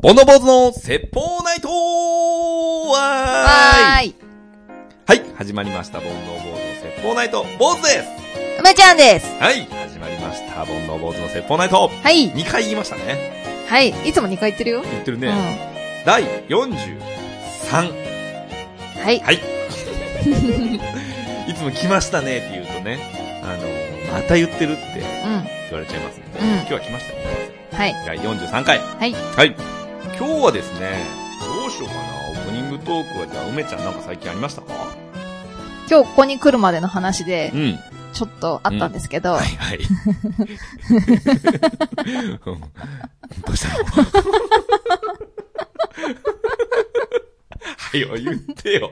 ボンドボーズの説法ナイトはーいい。はい、始まりました。ボンドボーズの説法ナイト、ボーズです梅ちゃんです。はい、始まりました。ボンドボーズの説法ナイトはい。 !2 回言いましたね。はい。いつも2回言ってるよ。言ってるうね。ん。第43。はい。はい。いつも来ましたねって言うとね、あの、また言ってるってうん。言われちゃいますので、うん今日は来ましたよ。はい。第43回。はい。はい。今日はですね、どうしようかな。オープニングトークは、じゃあ、梅ちゃんなんか最近ありましたか今日ここに来るまでの話でう、ん。ちょっとあったんですけど、はいはい。うんどうしたのはいよ、言ってよ。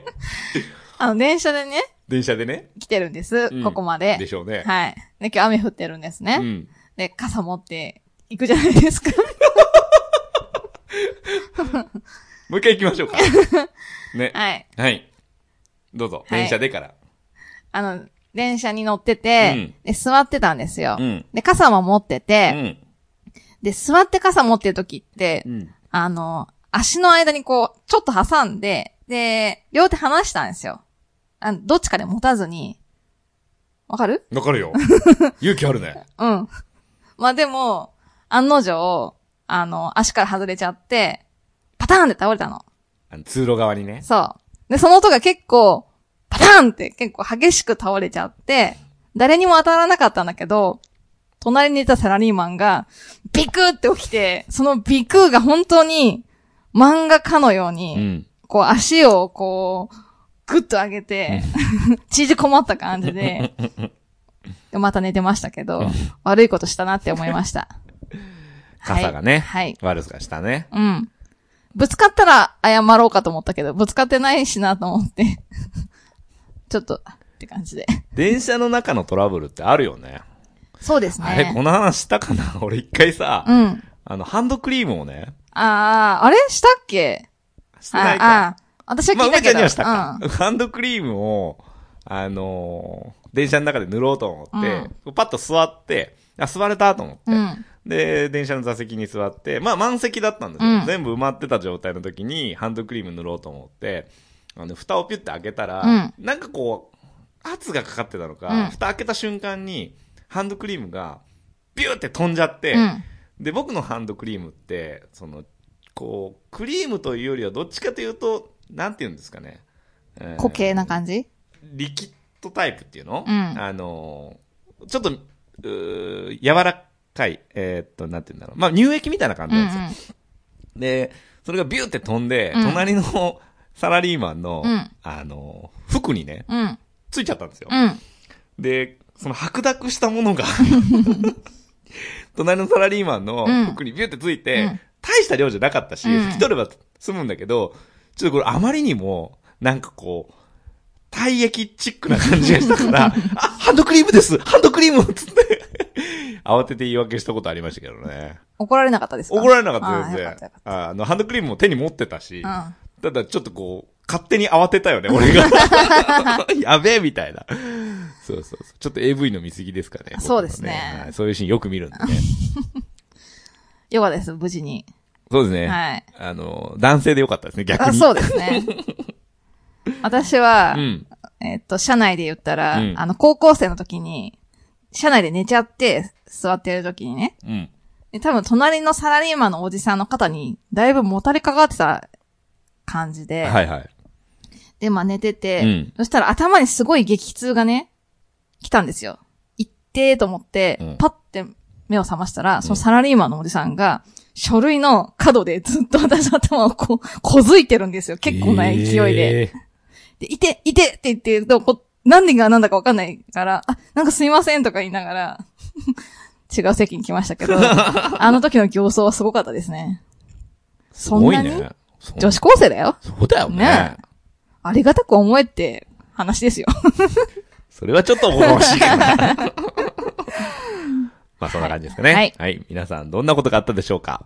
あの、電車でね、電車でね。来てるんです。うんここまでで。しょうね。はい。で、今日雨降ってるんですね。うん。で、傘持って行くじゃないですか。もう一回行きましょ うか。ね。はい。はい。どうぞ、はい電車でから。あの、電車に乗ってて、うんで、座ってたんですよ。うん。で、傘も持ってうて、ん。で、座って傘持ってる時って、うん。あの、足の間にこう、ちょっと挟んで、で、両手離したんですよ。あのどっちかで持たずに。わかるわかる よ。勇気あるね。うん。 まあでも、案の定、あの、足から外れちゃって、パターンって倒れたの。あの通路側にね。そう。で、その音が結構、パターンって結構激しく倒れちゃって、誰にも当たらなかったんだけど、隣にいたサラリーマンが、ビクって起きて、そのビクが本当に、漫画家のように、ん。こう足をこう、ぐっと上げて、縮こまった感じで、でまた寝てましたけど、悪いことしたなって思いました。 傘がね。はい。悪さしたね。はいうん。ぶつかったら謝ろうかと思ったけど、ぶつかってないしなと思って。 ちょっと、って感じで。電車の中のトラブルってあるよね。そうですあれ、こね。の話したかな俺一回さ、うん。あの、ハンドクリームをね、あー、あれしたっけしてないあか。あー、私はまあ、聞い梅たちゃけんど。にはしたか。ハンドクリームを、あのー電車の中で塗ろうと思って、パッと座って、あ、座れたと思って、うん。うん。で、電車の座席に座って、まあ満席だったんですよ。うん全部埋まってた状態の時にハンドクリーム塗ろうと思って、あの、蓋をピュッて開けたら、うんなんかこう、圧がかかってたのか、うん蓋開けた瞬間にハンドクリームがビューって飛んじゃって、うん。で、僕のハンドクリームって、その、こう、クリームというよりはどっちかというと、なんて言うんですかね。えー固形な感じリキッドタイプっていうの、うんあのーちょっと、うー柔らかい、えーっと、なんて言うんだろう。まあ、乳液みたいな感うじんうなんんですよ。。で、それがビューって飛んで、うん隣のサラリーマンの、うんあのー服にね、うん。ついちゃったんですよ。うん。で、その白濁したもの が、隣のサラリーマンのうん服にビューってついて、うん大した量じゃなかったし、うん拭き取れば済むんだけど、ちょっとこれあまりにも、なんかこう、体液チックな感じがした から、あ、ハンドクリームですハンドクリームっつって、慌てて言い訳したことありましたけどね。怒られなかったですか怒られなかった、あー全よ然かったよかっ。ああの、ハンドクリームも手に持ってたし、たうん。ただちょっとこう、勝手に慌てたよ ね、俺が。 やべえ、みたいな。そうそうそう。ちょっと AV の見過ぎですかね。僕そうですねははいそういうシーンよく見るんでね。よかったです、無事に。そうですね。はい。あの、男性でよかったですね、逆あ、に。。そううで すね。私は、うん。えっと、社内で言ったら、うんあの、高校生の時に、社内で寝ちゃって、座ってる時にね、うん。で多分隣のサラリーマンのおじさんの方に、だいぶもたれかかってた感じで、はいはい。で、まあ寝てて、うんそしたら頭にすごい激痛がね、来たんですよ。行ってーと思って、うんパッて目を覚ましたら、そのサラリーマンのおじさんが、書類の角でずっと私の頭をこう、こづいてるんですよ。結構な勢いで。えー。で、いて、いてって言ってると、こ何が何だかわかんないから、あ、なんかすいませんとか言いながら、 違う席に来ました けど、あの時の形相はすごかったですね。すそんごないにね。そん女子高生だよそうだよねね。ありがたく思えって話ですよ。それはちょっと物欲しいか な。 まあそんな感じですかね。はいはい。皆さんどんなことがあったでしょうか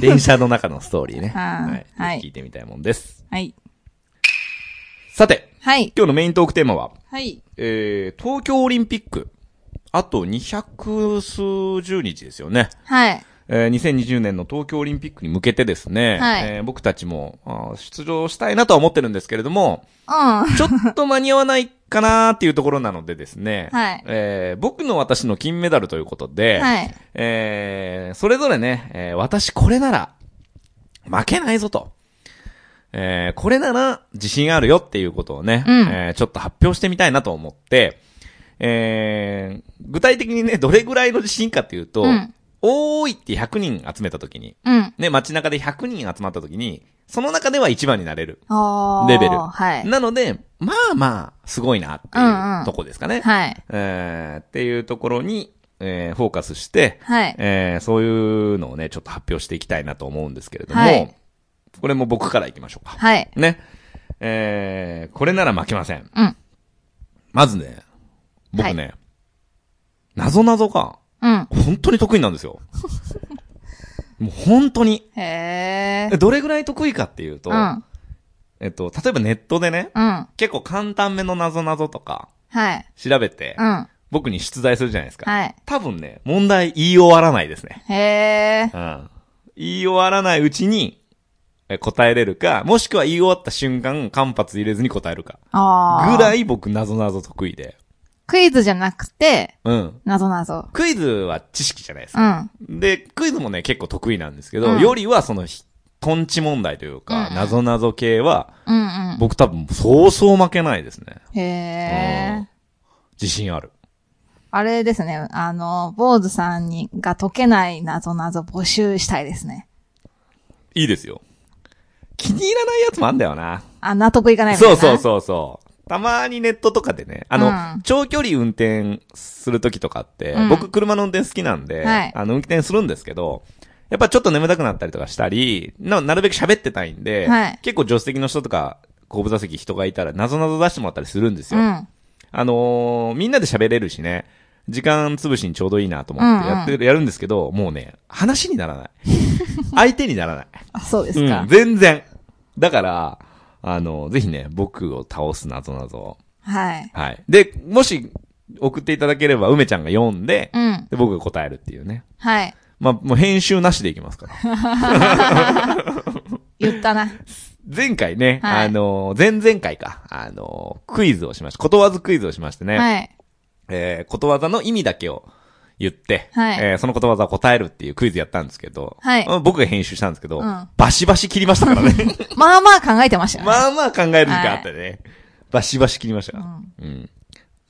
電車の中のストーリー ね。ははいはいい。ぜひ聞いてみたいもんです。はい。さて、はい。今日のメイントークテーマは、はい。えー、東京オリンピック。あと200数十日ですよね。はい。ええー2020年の東京オリンピックに向けてですね、はいえー僕たちもあー出場したいなとは思ってるんですけれども、うん。ちょっと間に合わないかなっていうところなのでですね、はいえー僕の私の金メダルということで、はい。えーそれぞれね、えー私これなら負けないぞと、えーこれなら自信あるよっていうことをね、うんえーちょっと発表してみたいなと思って、えー具体的にね、どれぐらいの自信かっていうと、うん多いって100人集めたときに、うん。ね、街中で100人集まったときに、その中では一番になれる。あーレベルはい。なので、まあまあ、すごいなってうんいううんとこですかね。はい。えーっていうところに、えーフォーカスして、はい。えーそういうのをね、ちょっと発表していきたいなと思うんですけれども、はいこれも僕からいきましょうか。はい。ね。えーこれなら負けません。うん。まずね、僕ね、謎謎がうん。本当に得意なん ですよ。もう本当に。へえー。どれぐらい得意かっていうと、うん。えっと、例えばネットでね、うん。結構簡単めの謎謎とかはい。調べて、うん。僕に出題するじゃないですか。はい。多分ね、問題言い終わらないですね。へー。うん言い終わらないうちに、え答えれるか、もしくは言い終わった瞬間、間髪入れずに答えるか。あー。ぐらい僕、なぞなぞ得意で。クイズじゃなくて、うん。なぞなぞ。クイズは知識じゃないですうか。ん。で、クイズもね、結構得意なんですけど、うんよりはその、ひトンチ問題というか、うんなぞなぞ系は、うん僕多分、そうそう負けないですね。うん。へうんー。自信ある。あれですね、あの、坊主さんに、が解けないなぞなぞ募集したいですね。いいですよ。気に入らないやつもあんだよな。あ、納得いかないみたいそな。うそうそうそう。たまにネットとかでね、あの、うん長距離運転するときとかって、うん僕車の運転好きなんで、はいあの、運転するんですけど、やっぱちょっと眠たくなったりとかしたり、ななるべく喋ってたいんで、はい結構助手席の人とか、後部座席人がいたら、なぞなぞ出してもらったりするんですよ。うん。あのーみんなで喋れるしね、時間潰しにちょうどいいなと思ってやってる、やるんですけど、もうね、話にな らない。相手にならない。あそうですか。うん、全然。だから、あの、ぜひね、僕を倒すなぞなぞ。はい。はい。で、もし、送っていただければ、梅ちゃんが読んで、うん。で、僕が答えるっていうね。はい。まあ、もう編集なしでいきますから。 言ったな。前回ね、はいあの、前々回か、あの、クイズをしました。ことわざクイズをしましてね、はい。えー、ことわざの意味だけを言って、はいえー、そのことわざを答えるっていうクイズやったんですけど、はいまあ僕が編集したんですけど、うんバシバシ切りましたからね。まあまあ考えてましたよ ね。まあまあ考える時間あったね。バシバシ切りましたから。うん。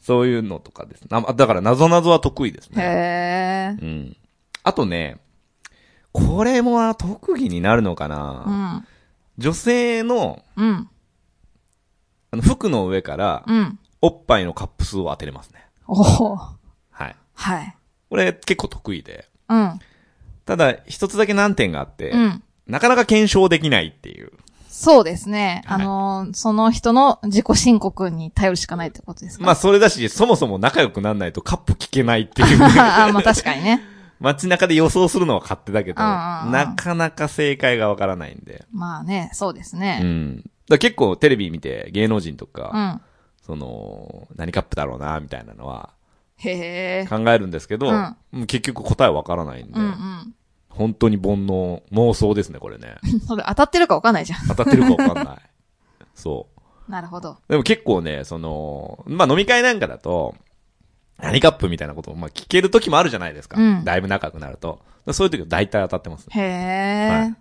そういうのとかです。なだから、なぞなぞは得意ですね。へえ。うん。あとね、これも特技になるのかうな、ん。女性のうん。あの服の上から、うん。おっぱいのカップ数を当てれますね。おお。はい。はい。これ結構得意で。うん。ただ、一つだけ難点があって、うん。なかなか検証できないっていう。そうですね。はいあのー、その人の自己申告に頼るしかないってことですか。まあ、それだし、そもそも仲良くならないとカップ聞けないっていう、ね。 ああ、まあ確かにね。街中で予想するのは勝手だけど、うんうんうんなかなか正解がわからないんで。まあね、そうですうね。ん。だから結構テレビ見て芸能人とうか、ん。その、何カップだろうな、みたいなのはへえ。考えるんですけど、うんもう結局答えわからないんで、うんうん。 本当に煩悩、妄想ですね、これね。それ当たってるかわかんないじゃん。当たってるかわかんない。 そう。なるほど。でも結構ね、その、まあ、飲み会なんかだと、何カップみたいなことを、まあ、聞ける時もあるじゃないですか。うんだいぶ仲良くなると。だからそういう時は大体当たってますね。へえ、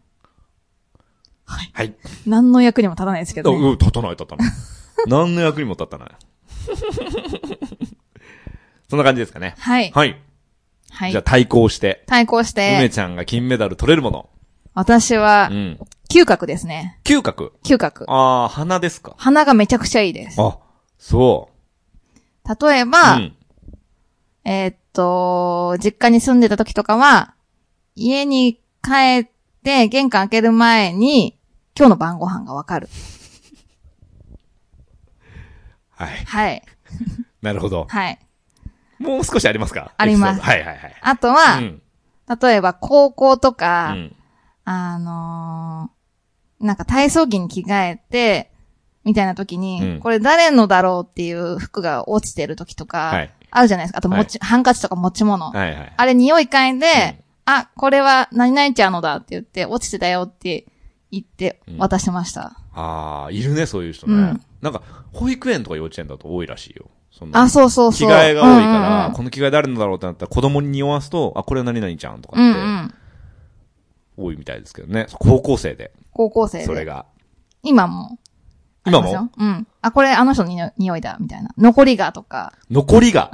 はいはい。何の役にも立たないですけど、うね。ん、立たない立た ない。何の役にも立たない。 そんな感じですかね。はい。はい。はいじゃあ。対抗して、対抗し梅て、ちゃんが金メダル取れるもの。私うは、ん。嗅覚ですね。嗅覚。嗅覚。あー、鼻ですか。鼻がめちゃくちゃいいです。あ、そう。例えば、うん。えーっと、実家に住んでた時とかは、家に帰って玄関開ける前に、今日の晩ご飯がわかる。はい。はい。なるほど。はい。もう少しありますかありまエピすソードはいはいはい。あとは、うん。例えば高校とうか、ん。あのーなんか体操着に着替えて、みたいな時に、うんこれ誰のだろうっていう服が落ちてる時とはかい、あるじゃないですか。あと持ち、ハンカチとか持ち物。はいはい。あれ匂い嗅いうんで、ああ、これは何々ちゃんのだって言って、落ちてたよって言ってうん渡しました。ああ、いるね、そういう人ね。うんなんか、保育園とか幼稚園だと多いらしいよ。そのあ、そうそう着そう。替えが多いから、うんうんこの着替え誰のだろうってなったら子供に匂わすと、あ、これは何々ちゃんとうん、うかって、ん。多いみたいですけどね。高校生で、高校生で。それが。今も。今ありまも、すようん。あ、これあの人の匂い匂いだ、みたいな。残りがとか、 残りが、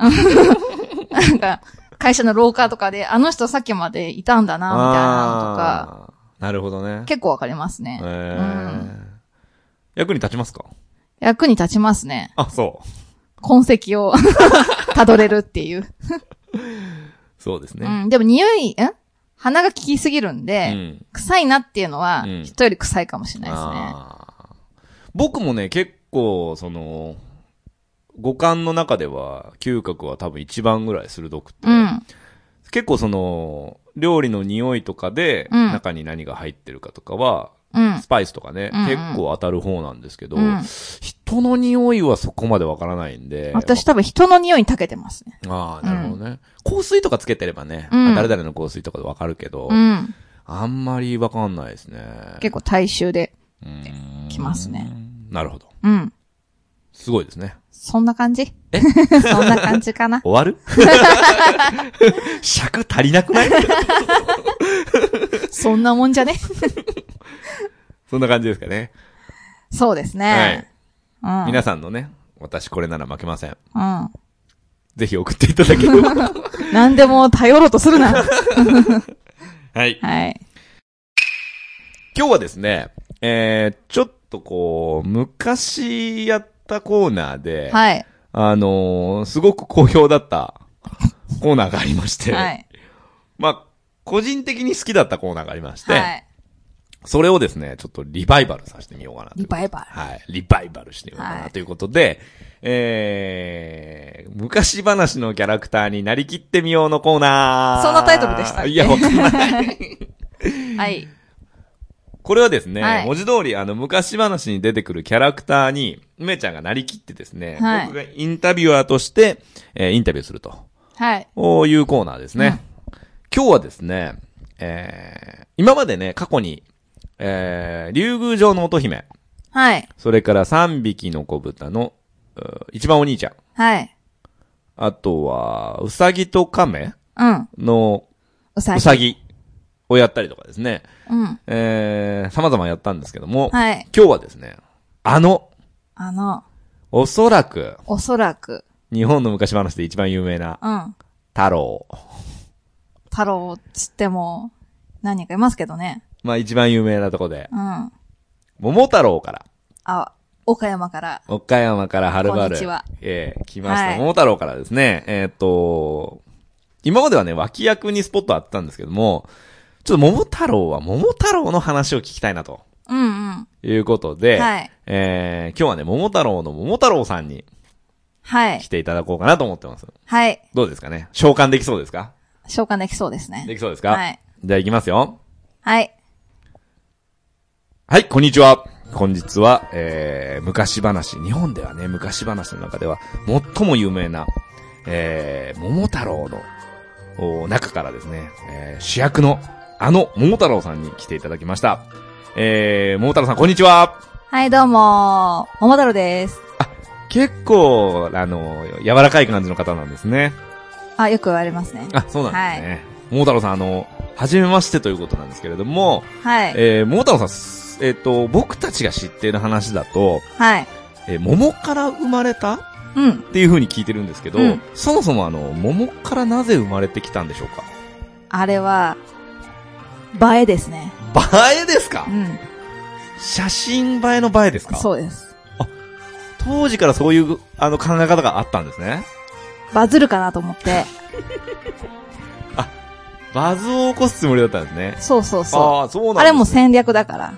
なんか、会社の廊下とかで、あの人さっきまでいたんだな、みたいなのとか、あーなるほどね。結構わかりますねえ。うーん役に立ちますか役に立ちますね。あ、そう。痕跡を 辿れるっていう。そうですうね。ん。でも匂い、ん鼻が効きすぎるんうで、ん。臭いなっていうのは、うん人より臭いかもしれないですね。あー僕もね、結構、その、五感の中では、嗅覚は多分一番ぐらい鋭くて、うん。結構その、料理の匂いとかで、うん中に何が入ってるかとかは、うんス。パイスとかね、うんうん結構当たる方なんですけど、うん人の匂いはそこまでわからないんで、私多分人の匂いに長けてますね。ああ、なるほどね、香水とかつけてればね、うんあ誰々の香水とかでわかるけど、うん。あんまりわかんないですね。結構大衆で。構きますね。なるほど。うん。すごいですね。そんな感じ そんな感じかな。終わ る尺足りなくないそんなもんじゃね。そんな感じですかね。そうですね。うん。皆さんのね、私これなら負けません。うん。ぜひ送っていただければ。何でも頼ろうとする な。はい。はい。今日はですね、えー、ちょっとこう、昔やったコーナーで、はい。あのー、すごく好評だったコーナーがありまして、はい。まあ、個人的に好きだったコーナーがありまして、はい。それをですね、ちょっとリバイバルさせてみようかなといリうことでバイバル。はい。リバイバルしてみようかはないということで、えー、昔話のキャラクターになりきってみようのコーナー。そんなタイトルでしたっけいや、わかんない。はい。これはですね、はい文字通り、あの、昔話に出てくるキャラクターに、梅ちゃんがなりきってですね、はい僕がインタビュアーとして、えーインタビューするとはい。いうコーナーですね。今日はですね、えー、今までね、過去に、えー、竜宮城の乙姫、はい。それから3匹の子豚の、うー一番お兄ちゃん。はい。あとは、うさぎと亀うん。のうさぎ。うさぎをやったりとかですね。うん。えー、様々やったんですけども、はい。今日はですね、あの、あの、おそらく、おそらく、日本の昔話で一番有名な、うん。太郎。太郎っつっても、何人かいますけどね。まあ一番有名なとこで、うん。桃太郎から、あ、岡山から。岡山からはるばこんるにちは、えー、来ました、はい桃太郎からですね、えーっと、今まではね、脇役にスポットあったんですけども、ちょっと桃太郎は桃太郎の話を聞きたいなとうんうん。いうことで、はいえー、今日はね、桃太郎の桃太郎さんにはい来。ていただこうかなと思ってます。はい。どうですかね召喚できそうですか召喚できそうですね。できそうですかはい。じゃあ行きますよ。はい。はい、こんにちは。本日は、えー、昔話、日本ではね、昔話の中では、最も有名な、えー、桃太郎の、お中からですね、えー、主役の、あの、桃太郎さんに来ていただきました。えー、桃太郎さん、こんにちは。はい、どうもー。桃太郎です。結構、あの、柔らかい感じの方なんですね。あ、よく言われますね。あ、そうなんですね。桃太郎さん、あの、はじめましてということなんですけれども、はい。えー、桃太郎さんす、えっ、と、僕たちが知っている話だと、はい。えー桃から生まれたうん。っていう風に聞いてるんですけど、うんそもそもあの、桃からなぜ生まれてきたんでしょうかあれは、映えですね。映えですかうん。写真映えの映えですかそうです。当時からそういうあの考え方があったんですね。バズるかなと思って。バズを起こすつもりだったんですね。そうそうそう。ああ、そうなんです、ね、あれも戦略だから。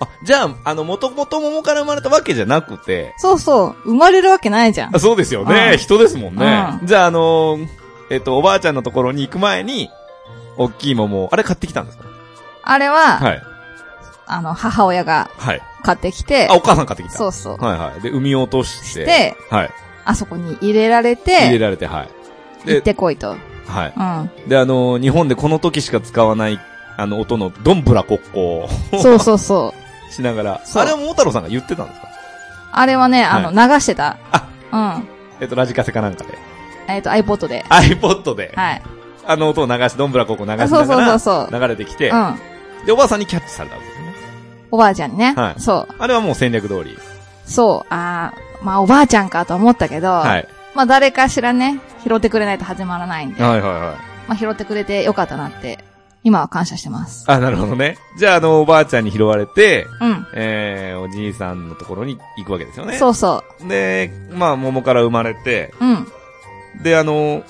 あ、じゃあ、あの、もともと桃から生まれたわけじゃなくて、そうそう。生まれるわけないじゃんあ。そうですようね。ん人ですもんね。うじゃあ、あのーえっ、と、おばあちゃんのところに行く前に、大きい桃を、あれ買ってきたんですかあれは、はい。あの、母親がはい。買ってきてあ、、お母さん買ってきた。そうそう。はいはい。で、産み落として、して、はい。あそこに入れられ入れて、られて、はい。行でっ、てこいと。はい。うん。で、あのー日本でこの時しか使わない、あの、音の、どんぶらこっこそうそうそう。を しながら、そうあれは桃太郎さんが言ってたんですかあれはね、あの、流してた。うん。えっと、ラジカセかなんかで。えっ、と、iPod で。 iPod で、はい。あの音を流し、どんぶらこっこ流しなそうがそうら、そうそう。流れてきて、うん。で、おばあさんにキャッチされたわけですね。おばあちゃんにね。はいそう。あれはもう戦略通り。そう。あーまあおばあちゃんかと思ったけど、はい。まあ誰かしらね、拾ってくれないと始まらないんで、はいはいはい。まあ拾ってくれてよかったなって、今は感謝してます。あ、なるほどね。じゃあ、あの、おばあちゃんに拾われて、うん。えー、おじいさんのところに行くわけですよね。そうそで、まあ、桃から生まれて、う。うん。で、あの、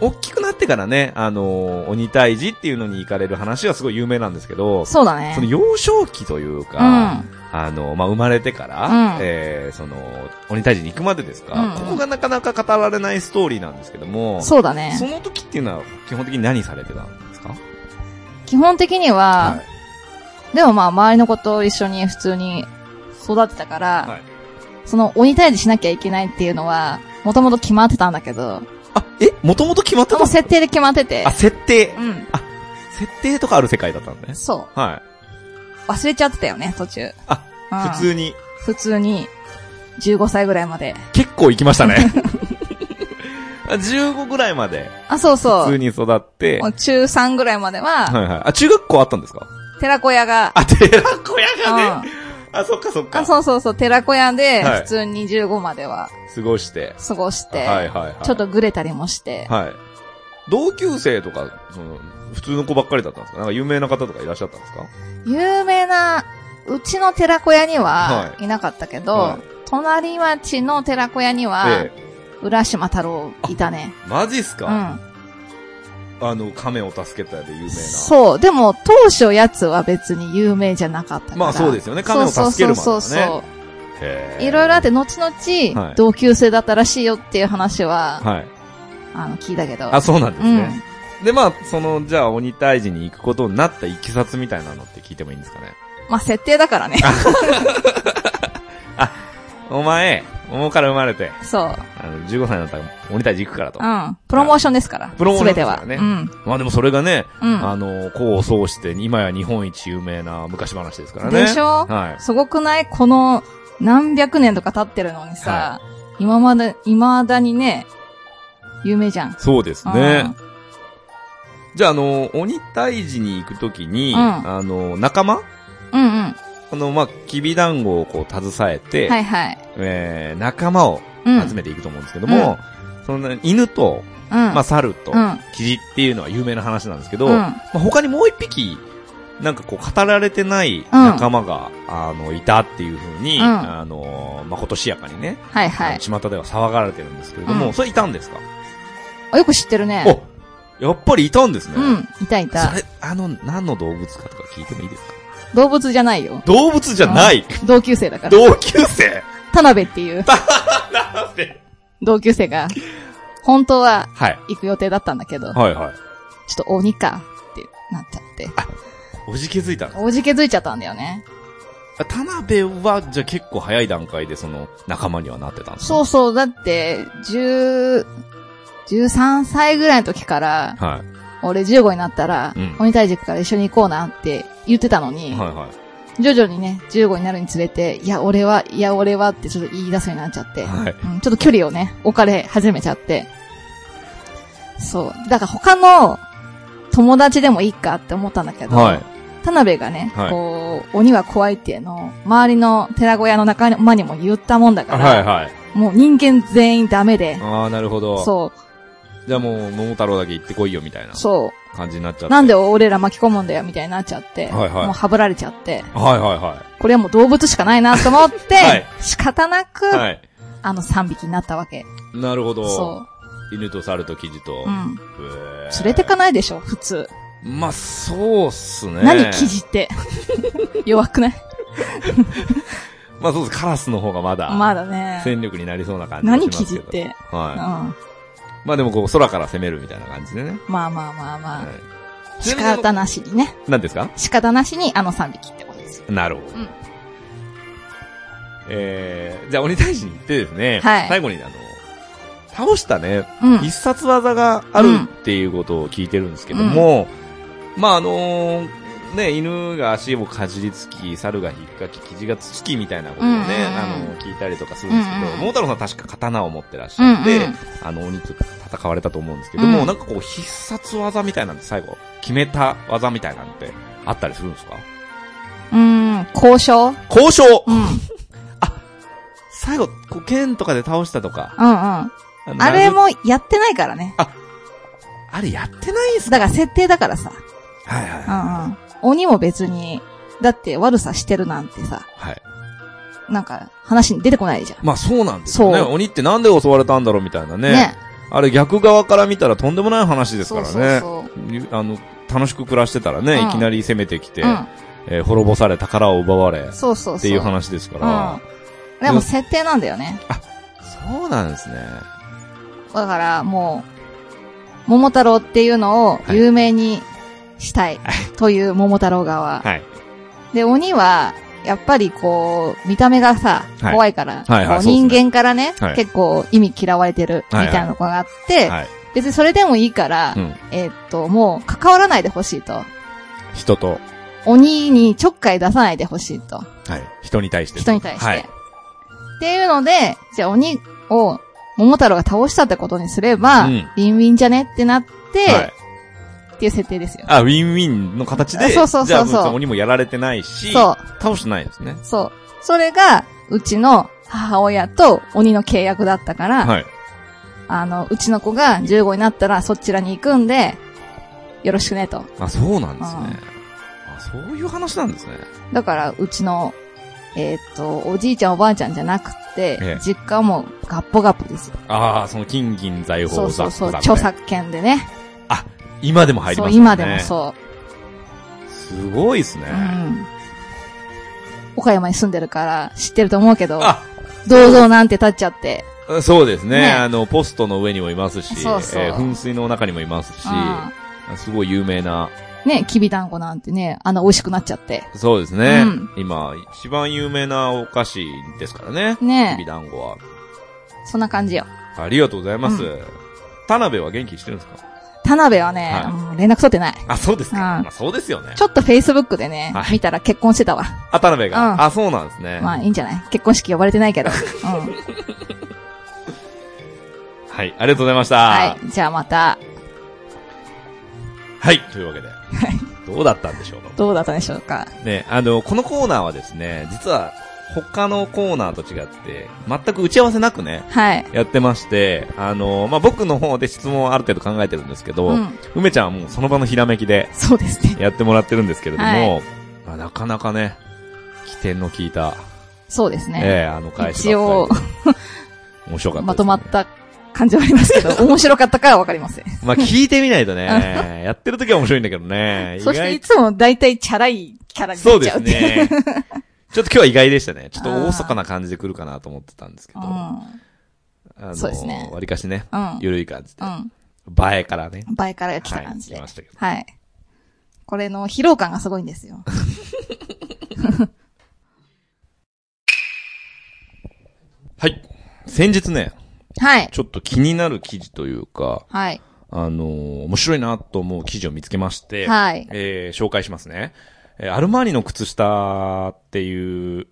大きくなってからね、あの、鬼退治っていうのに行かれる話はすごい有名なんですけど、そうだねその。幼少期といううか、ん。あの、まあ、生まれてから、うんえーその、鬼退治に行くまでですか、うんここがなかなか語られないストーリーなんですけども、そうだねそ。の時っていうのは基本的に何されてたんですか基本的には、はいでもまあ周りの子と一緒に普通に育ってたから、はいその鬼退治しなきゃいけないっていうのは、もともと決まってたんだけど、あ、えもともと決まってそたの設定で決まっててあ、、設定う。ん。設定とかある世界だったんね。そう。は忘れちゃってたよね、途中。あうん、い。普通に、普通に、15歳ぐらいまで。結構行きました ね。あ15ぐらいまで、あ、そう普そ通う。に育って、もう中3ぐらいまでは、はいはい。あ、中学校あったんですか寺子屋が、あ、寺子屋うん。がね。あ、そっかそっか。あ、そうそうそう、寺子屋で、はい普通に15までは過ごして。過ごして、はいはいはい。ちょっと。ぐれたりもして、はい。同級生とか、その、普通の子ばっかりだったんですかなんか有名な方とかいらっしゃったんですか有名な、うちの寺子屋にははいいなかったけど、はい隣町の寺子屋には、ええ。浦島太郎いたね。マジっすうかん。あの、亀を助けたで有名な。そう。でも、当初やつは別に有名じゃなかったから。まあそうですよね亀を助けるまではねそうそうそうそう。へえいろいろあって、後は々い、同級生だったらしいよっていう話は、はい。あの、聞いたけど。あ、そうなんですうん。ね。で、まあ、その、じゃあ、鬼退治に行くことになったいきさつみたいなのって聞いてもいいんですかね。まあ、設定だからね。お前、桃から生まれて、そう。あの、15歳になったら鬼退治行くからとう。ん。プロモーションですから。プロモーションすべては。うですよん。まあでもそれがね、うあん。の、功を奏して、今や日本一有名な昔話ですからね。でしょはい。すごくないこの、何百年とか経ってるのにさ、今まで、今だにね、有名じゃん。そうですうんね。じゃあ、あの、鬼退治に行くときに、うんあの、仲間うんうん。あの、まあ、きび団子をこう、携えて、はいはい。えー、仲間をうん。集めていくと思うんですけども、その、犬と、うん。まあ、猿とう、ん。キジっていうのは有名な話なんですけど、うまん。あ、他にもう一匹、なんかこう、語られてない仲間が、あの、いたっていうふうに、うんあの、まあ、今年やかにね、はいはあい。の巷では騒がれてるんですけれども、うんそれいたんですか、あよく知ってるね。おやっぱりいたんですね。うん。いたいそた。れ、あの、何の動物かとか聞いてもいいですか動物じゃないよ。動物じゃない、同級生だから。同級生田辺って いう同級生が、本当ははい。行く予定だったんだけど、ちょはいはい。っと鬼かってなっちゃって。おじ気づいたんですおじけづいちゃったんだよね。あ田辺は、じゃあ結構早い段階でその仲間にはなってたんですそうそう、だって、十、13歳ぐらいの時から、は俺15になったら、うん鬼退治行くから一緒に行こうなって言ってたのい。に、はいは徐々にね、15になるにつれて、いや、俺は、いや、俺はってちょっと言い出すようになっちゃって、はいうん、ちょっと距離をね、置かれ始めちゃって。そう。だから他の友達でもいいかって思ったんだけい。ど、はい。田辺がね、はいこう、鬼は怖いっていうのを、周りの寺子屋の仲間にも言ったもんだから、はいはい。もう人間全員ダメで、ああ、なるほど。そじゃあもう、桃太郎だけ行ってこいよみたいなう、そ感じになっちゃっう。て。なんで俺ら巻き込むんだよ、みたいになっちゃって、はいはいもうはぶられちゃって、はいはいはこれはもう動物しかないなと思って、はい仕方なく、い。はい。あの3匹になったわけ。なるほど。そ犬と猿とキジと。う。うん。へー連れてかないでしょ、普通。まあ、そうっすね。何記 事って。弱くないまあそうです。カラスの方がまだ、まだね。戦力になりそうな感じがし何ま記す事けっど。て。うはん。い。まあでもこう、空から攻めるみたいな感じでね。まあまあまあまはあ。い。仕方なしにね。何ですか仕方なしにあの3匹ってことですよ。なるほど。うんえー、じゃあ鬼退治に行ってですね、はい最後にあの、倒したね、うん。必殺技があるっていうことを聞いてるんですけども、まああのーね、犬が足をかじりつき、猿が引っかき、キジがつきみたいなことをね、うんうんうんあのー聞いたりとかするんですけど、うんうん桃太郎さん確か刀を持ってらっしゃって、うんうんあの、鬼と戦われたと思うんですけども、うんなんかこう、必殺技みたいなんで最後、決めた技みたいなんてあったりするんですかうん。交渉交渉うん。うん最後、こう剣とかで倒したとか。うん。あのあれ。もやってないからね。あれやってないんすだから設定だからさ。はいはいはい。うんうん。鬼も別に、だって悪さしてるなんてさ、はい。なんか話に出てこないじゃん。まあそうなんですよね。そう鬼ってなんで襲われたんだろうみたいなね。あれ逆側から見たらとんでもない話ですからね。そうそうゆあの、楽しく暮らしてたらね、うんいきなり攻めてきて、そう。うん。えー滅ぼされ、宝を奪われ、っそうそうそう。ていう話ですから。うん。でも設定なんだよね。そうなんですね。だからもう、桃太郎っていうのを有名にしたいはという桃太郎側。はい。で、鬼は、やっぱりこう、見た目がさ、はい怖いかはいら、はいこうそうですね人間からね、はい結構意味嫌われてるみたいなのがあって、はい。別にそれでもいいから、うん。えーっと、もう関わらないでほしいと。人と、鬼にちょっかい出さないでほしいと。はい。人に対して。人に対して。はい。っていうので、じゃあ鬼を桃太郎が倒したってことにすれば、うんビンビンじゃねってなって、はいっていう設定ですよ。あ、ウィンウィンの形で、そうそうそうそうじゃあ、鬼もやられてないし、そう。倒してないですね。そう。それが、うちの母親と鬼の契約だったから、はい。あの、うちの子が15になったらそちらに行くんで、よろしくねと。あ、そうなんですね。あ、そういう話なんですね。だから、うちの、えーっ、と、おじいちゃんおばあちゃんじゃなくえて、え実家もガッポガッポですよ。ああ、その金銀財宝そうそ雑うそ貨、うだね著作権でね。今でも入りそまう、すもんね。。今でもそうすごいですねう。。うん。岡山に住んでるから知ってると思うけど、あ、銅像なんて立っちゃって。そうですねねあの、ポストの上にもいますし、そうそうえー噴水の中にもいますし、うすごい有名な、んね、きびだんごなんてね、あの、美味しくなっちゃって。そうですね。うん今、一番有名なお菓子ですからね。きびねだんごは。そんな感じよ。ありがとうございます。う田辺は元気してるんですか田辺はね、はいもう連絡取ってない。あ、そうですか。うんまあ、そうですよねち。ょっと Facebook でね、はい見たら結婚してたわ。あ、田辺が、うんあ、そうなんですね。まあいいんじゃない結婚式呼ばれてない けど。うん。はい、ありがとうございました。はい。じゃあまた、はい、というわけで。どうだったんでしょうかどうだったでしょうか。ね、あの、このコーナーはですね、実は他のコーナーと違って、全く打ち合わせなくね、はい。やってまして、あの、まあ、僕の方で質問をある程度考えてるんですけど、うん。梅ちゃんはもうその場のひらめきでそうですね。やってもらってるんですけれども、はまあ、なかなかね、起点の効いた、そうですね。ええあの返しば っかりで面白かったですね、まとまった感じはありますけど、面白かったかはわかりません。まあ、聞いてみないとね、やってる時は面白いんだけどね、意 そして外いつも大体チャラいキャラになそうっでちゃうすっていね。う。ちょっと今日は意外でしたね。ちょっとあー大阪な感じで来るかなと思ってたんですけど。あのそうですね割かしね、うん。うん。ゆるい感じでう。ん。映えからね。倍からが来た感じはい、来でま。したけど。はい。これの疲労感がすごいんですよ。はい。先日ね、はい。ちょっと気になる記事というか、はい。あのー面白いなと思う記事を見つけまして、はい。えー紹介しますね。えーアルマーニの靴下っていう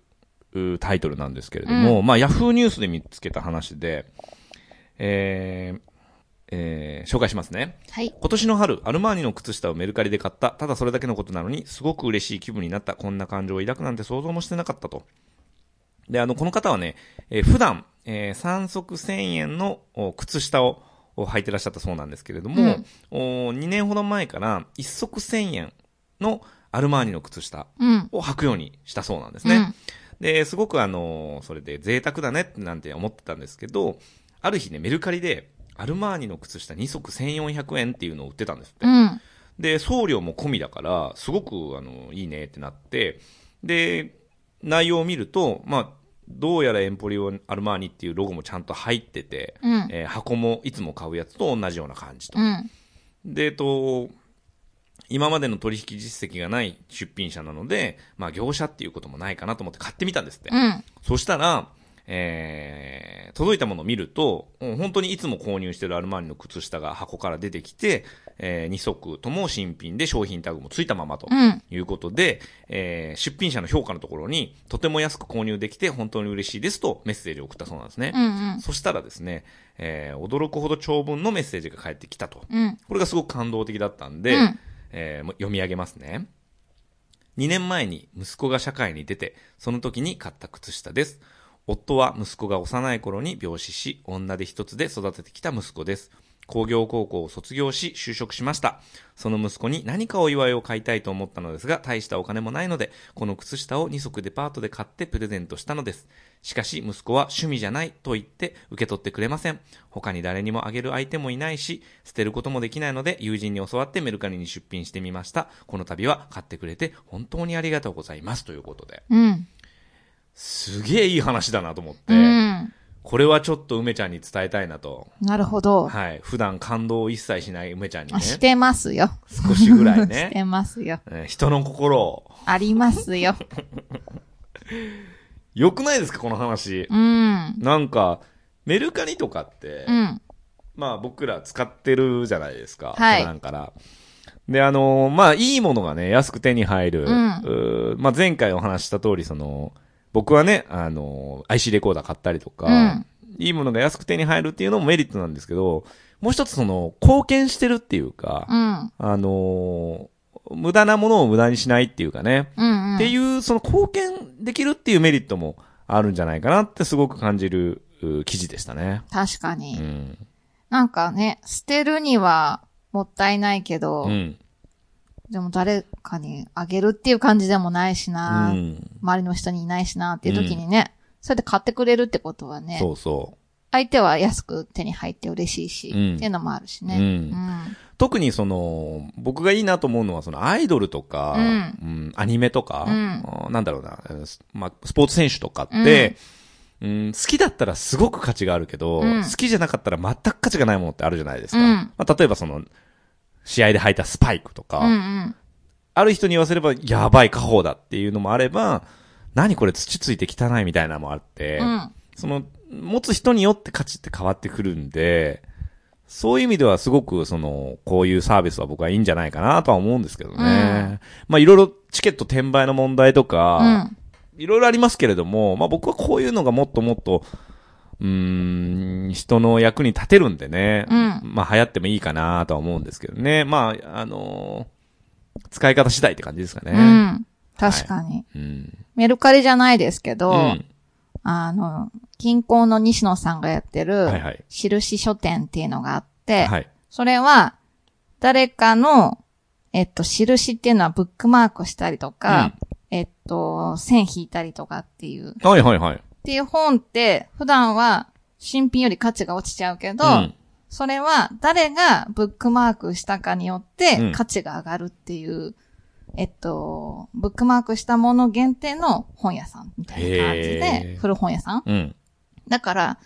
うタイトルなんですけれども、まあ、ヤフーニュースで見つけた話で、えーえー紹介しますね。はい。今年の春、アルマーニの靴下をメルカリで買った、ただそれだけのことなのに、すごく嬉しい気分になった、こんな感情を抱くなんて想像もしてなかったと。で、あの、この方はね、えー普段、え3足1000円のお靴下をお履いてらっしゃったそうなんですけれども、2年ほど前から1足1000円のアルマーニの靴下うん。を履くようにしたそうなんですね。で、すごくあの、それで贅沢だねってなんて思ってたんですけど、ある日ね、メルカリで、アルマーニの靴下2足1400円っていうのを売ってたんですって。うん。うん。で、送料も込みだから、すごくあの、いいねってなって、で、内容を見ると、まあ、どうやらエンポリオアルマーニっていうロゴもちゃんと入ってて、うん。えー箱もいつも買うやつと同じような感じと。うん。で、えっと、今までの取引実績がない出品者なので、まあ業者っていうこともないかなと思って買ってみたんですって。うん。そしたら、えー、届いたものを見ると、うん本当にいつも購入してるアルマーニの靴下が箱から出てきて、え2足とも新品で商品タグもついたままと。うん。ということで、えー出品者の評価のところに、とても安く購入できて本当に嬉しいですとメッセージを送ったそうなんですね。うんそしたらですね、えー驚くほど長文のメッセージが返ってきたと。うん。うん。これがすごく感動的だったんで、うんえーもう読み上げますね。2年前に息子が社会に出て、その時に買った靴下です。夫は息子が幼い頃に病死し、女手一つで育ててきた息子です。工業高校を卒業し、就職しました。その息子に何かお祝いを買いたいと思ったのですが、大したお金もないので、この靴下を2足デパートで買ってプレゼントしたのです。しかし、息子は趣味じゃないと言って受け取ってくれません。他に誰にもあげる相手もいないし、捨てることもできないので、友人に教わってメルカリに出品してみました。この度は買ってくれて本当にありがとうございます。ということで。うん。すげえいい話だなと思って、うん。これはちょっと梅ちゃんに伝えたいなと。なるほど。はい。普段感動を一切しない梅ちゃんにねあ、してますよ。少しぐら いしてね、ますよ。えー人の心を。ありますよ。良くないですか、この話。うん。なんか、メルカリとかって、うん。まあ僕ら使ってるじゃないですか。はい普段から。で、あのーまあいいものがね、安く手に入る。うんうーまあ前回お話しした通り、その、僕はね、あのー IC レコーダー買ったりとか、うんいいものが安く手に入るっていうのもメリットなんですけど、もう一つその、貢献してるっていうか、うん。あのー無駄なものを無駄にしないっていうかね、うん。うんっていう、その貢献できるっていうメリットもあるんじゃないかなってすごく感じるうー記事でしたね。確かうに。ん。なんかね、捨てるにはもったいないけど、うん。でも誰かにあげるっていう感じでもないしうな、ん。周りの人にいないしなっていう時にね、そうやって買ってくれるってことはね、そうそ相手は安く手に入って嬉しいし、うんっていうのもあるしう。ね。うんう。ん特にその、僕がいいなと思うのは、そのアイドルとか、ううんアニメとか、うんあーなんだろうな、えースまあ、スポーツ選手とかって、うん好きだったらすごく価値があるけど、うん好きじゃなかったら全く価値がないものってあるじゃないですか。うんまあ、例えばその、試合で履いたスパイクとか、うんうん。ある人に言わせれば、やばい、家宝だっていうのもあれば、何これ土ついて汚いみたいなのもあって、うん。その、持つ人によって価値って変わってくるんで、そういう意味ではすごく、その、こういうサービスは僕はいいんじゃないかなとは思うんですけどね。うんまあ、いろいろチケット転売の問題とうか、ん。いろいろありますけれども、まあ僕はこういうのがもっともっと、うーん、人の役に立てるんでね、うんまあ流行ってもいいかなとは思うんですけどね。まあ、あのー使い方次第って感じですかうね。ん。確かに。うん。メルカリじゃないですけど、うんあの、近郊の西野さんがやってるはいはい、印書店っていうのがあって、はい。それは、誰かの、えっと、印っていうのはブックマークしたりとか、えっと、線引いたりとかっていう。っはいはいはい。ていう本って、普段は新品より価値が落ちちゃうけど、うんそれは誰がブックマークしたかによってうん価値が上がるっていう、えっと、ブックマークしたもの限定の本屋さんみたいな感じへーで、古本屋さんうん。だから、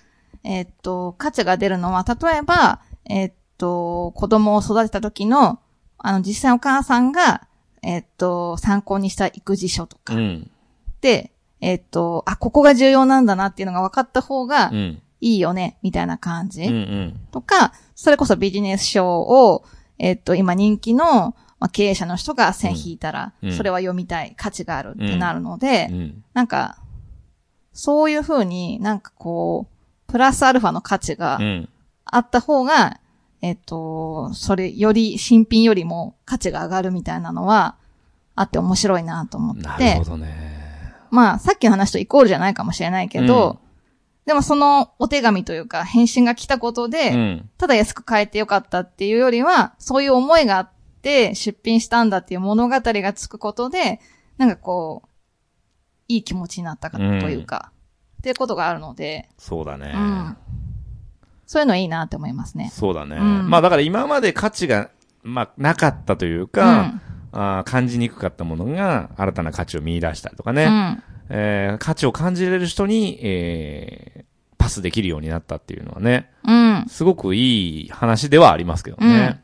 えっと、価値が出るのは、例えば、えっと、子供を育てた時の、あの、実際お母さんが、えっと、参考にした育児書とうかん。で、えっと、あ、ここが重要なんだなっていうのが分かった方がうん。いいよね、みたいなう感んうじん。とか、それこそビジネス書を、えっと、今人気の、まあ、経営者の人が線引いたらうん、それは読みたい価値があるってなるので、うん。なんか、そういう風になんかこう、プラスアルファの価値がうん。あった方が、えっと、それより、新品よりも価値が上がるみたいなのは、あって面白いなと思っなるてほ、どね。まあ、さっきの話とイコールじゃないかもしれないけど、でもそのお手紙というか、返信が来たことで、うん。ただ安く買えてよかったっていうよりは、そういう思いがあって出品したんだっていう物語がつくことで、なんかこう、いい気持ちになったかとうんいうか、っていうことがあるので、そうだね。うんそういうのいいなって思いますね。そうだね。うんまあだから今まで価値が、まあなかったというか、あー感じにくかったものが新たな価値を見出したりとかうね、ん。えー価値を感じれる人に、えーパスできるようになったっていうのはね、うん。すごくいい話ではありますけどね。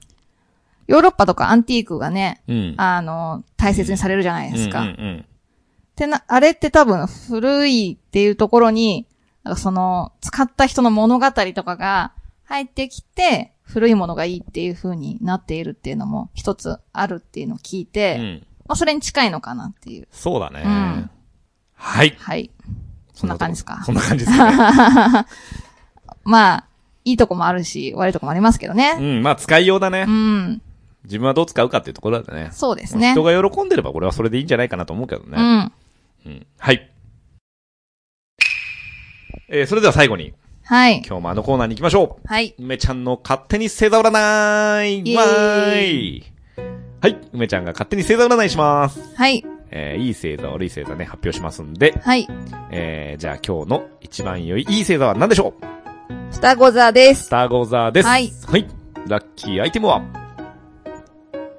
ヨーロッパとかアンティークがね、うん。あの、大切にされるじゃないですか。うんうんうんってな、あれって多分古いっていうところに、なんかその、使った人の物語とかが入ってきて、古いものがいいっていう風になっているっていうのも一つあるっていうのを聞いて、うん。まあそれに近いのかなっていう。そうだね。うんはい。はい。 そんな感じですかそんな感じですね。まあ、いいとこもあるし、悪いとこもありますけどうね。ん。まあ、使いようだねう。ん。自分はどう使うかっていうところだね。そうですね。人が喜んでれば、これはそれでいいんじゃないかなと思うけどうね。ん。うん。はい。えー、それでは最後に、はい。今日もあのコーナーに行きましょう。はい。梅ちゃんの勝手に星座占いイエーイわーいはい、梅ちゃんが勝手に星座占いします。はい。えー、いい星座、悪い星座ね、発表しますんで、はい。えー、じゃあ今日の一番良い、いい星座は何でしょう双子座でスす。ターゴ座です。はい。はい。ラッキーアイテムは、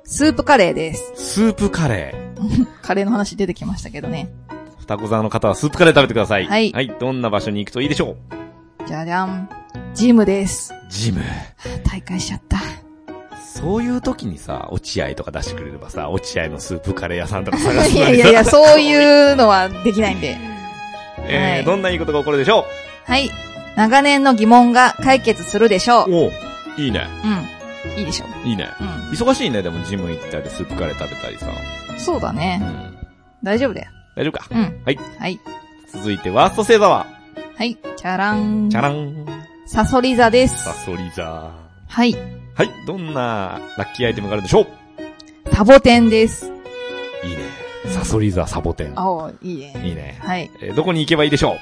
スープカレーです。スープカレー。カレーの話出てきましたけどね。双子座の方はスープカレー食べてください。はいはい、どんな場所に行くといいでしょうじゃじゃん。ジムです。ジム。大会しちゃった。そういう時にさ、落合とか出してくれればさ、落合のスープカレー屋さんとか探すいのにさや いやいや、そういうのはできないんで。えーはいどんないいことが起こるでしょはい。長年の疑問が解決するでしょうう。おいいね。うん。いいでしょう。いいね。うん。忙しいね、でもジム行ったり、スープカレー食べたりさ。そうだうんね。。大丈夫だよ。大丈夫かう。ん。はい。はい。続いて、ワースト星座は、はい。チャラン。チャラン、サソリ座ですサ。ソリ座。ははい。い、どんなラッキーアイテムがあるでしょうサボテンです。いいね。サソリ座、サボテン。あお、いいね。いいね。はい。えーどこに行けばいいでしょう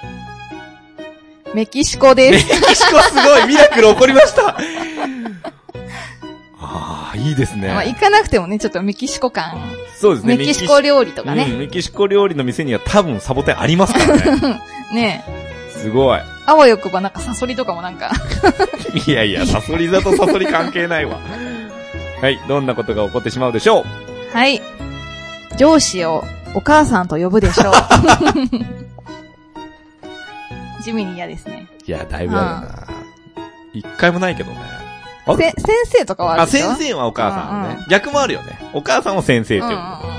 メキシコです。メキシコすごいミラクル起こりました ああ、いいですね。まあ、行かなくてもね、ちょっとメキシコ感。そうですね。メキシコ料理とかうんね。メキシコ料理の店には多分サボテンあります からね。ねえ。すごい。あわよくばなんかサソリとかもなんか。いやいや、サソリ座とサソリ関係ないわ。はい、どんなことが起こってしまうでしょうはい。上司をお母さんと呼ぶでしょ う。地味に嫌ですね。いや、だいぶやだな。一回もないけどね。あせ、先生とかはああ、るでしょ先生はお母さんね。うん逆もあるよね。お母さんを先生ってうん呼うぶ。ん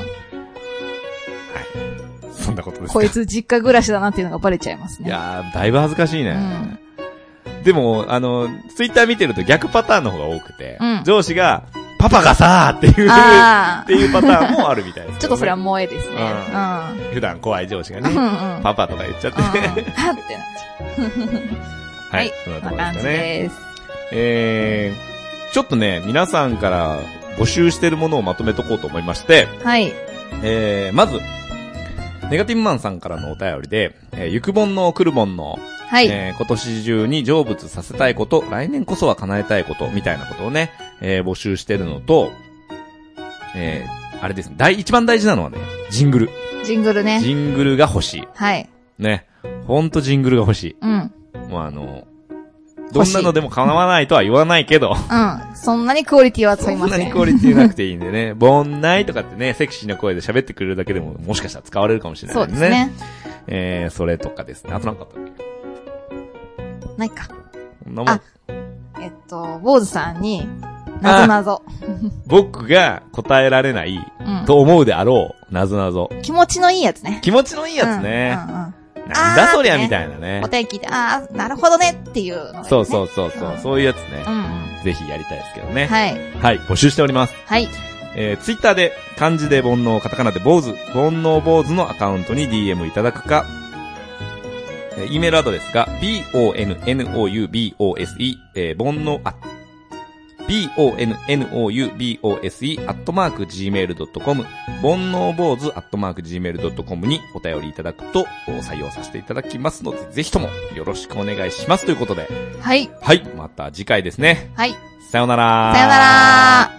うんそんなことですか。こいつ実家暮らしだなっていうのがバレちゃいますね。いやー、だいぶ恥ずかしいね。でも、あの、ツイッター見てると逆パターンの方が多くて、うん上司が、パパがさーっていう、っあていうパターンもあるみたいです、 あ。ちょっとそれはは。萌えですね。ううんん。普段怖い上司がうんうん。ね、うんうんはパパとか言っちゃって。ってなっちゃう。ははいい。。そんなとこころんなですか感じね。です。えー、ちょっとね、皆さんから募集してるものをまとめとこうと思いまして、はい。えー、まず、ネガティブマンさんからのお便りで、えー、ゆくぼんのくるぼんの、はい。えー今年中に成仏させたいこと、来年こそは叶えたいこと、みたいなことをね、えー、募集してるのと、えー、あれですね、第、一番大事なのはね、ジングル。ジングルね。ジングルが欲しはい。い。ね。ほんとジングルが欲しうん。うん。い。もうあの、どんなのでも叶わないとは言わないけど、そんなにクオリティはそ問いんまなせにんク。オリティなくていいんでね。 ボンナイとかってね、セクシーな声で喋ってくれるだけでも、もしかしたら使われるかもしれなそういです。ね。えー、それとかですね。あとなんかあったっけないか。こんなもんあえっと、坊主さんに、なぞなぞ。僕が答えられない、うん。と思うであろう、なぞなぞ。気持ちのいいやつね。気持ちのいいやつね。うんうんうんなんだそりゃあーみたいなね答え聞いて、ああ、なるほどねっていうのがいいね。そうそうそうそうう、んそういうやつねう。んうん。ぜひやりたいですけどね。はい。はい、募集しております。はい。えー、ツイッターで、漢字で煩悩、カタカナで坊主、煩悩坊主のアカウントに DM いただくか、えー、イメールアドレスが、bonoubose、えー、煩悩、あ、bonoubose、アットマーク gmail.com、煩悩坊主、アットマーク gmail.com にお便りいただくと、お採用させていただきますので、ぜひともよろしくお願いしますということで、はい。はい、また次回ですね。はい。さようなら。さよなら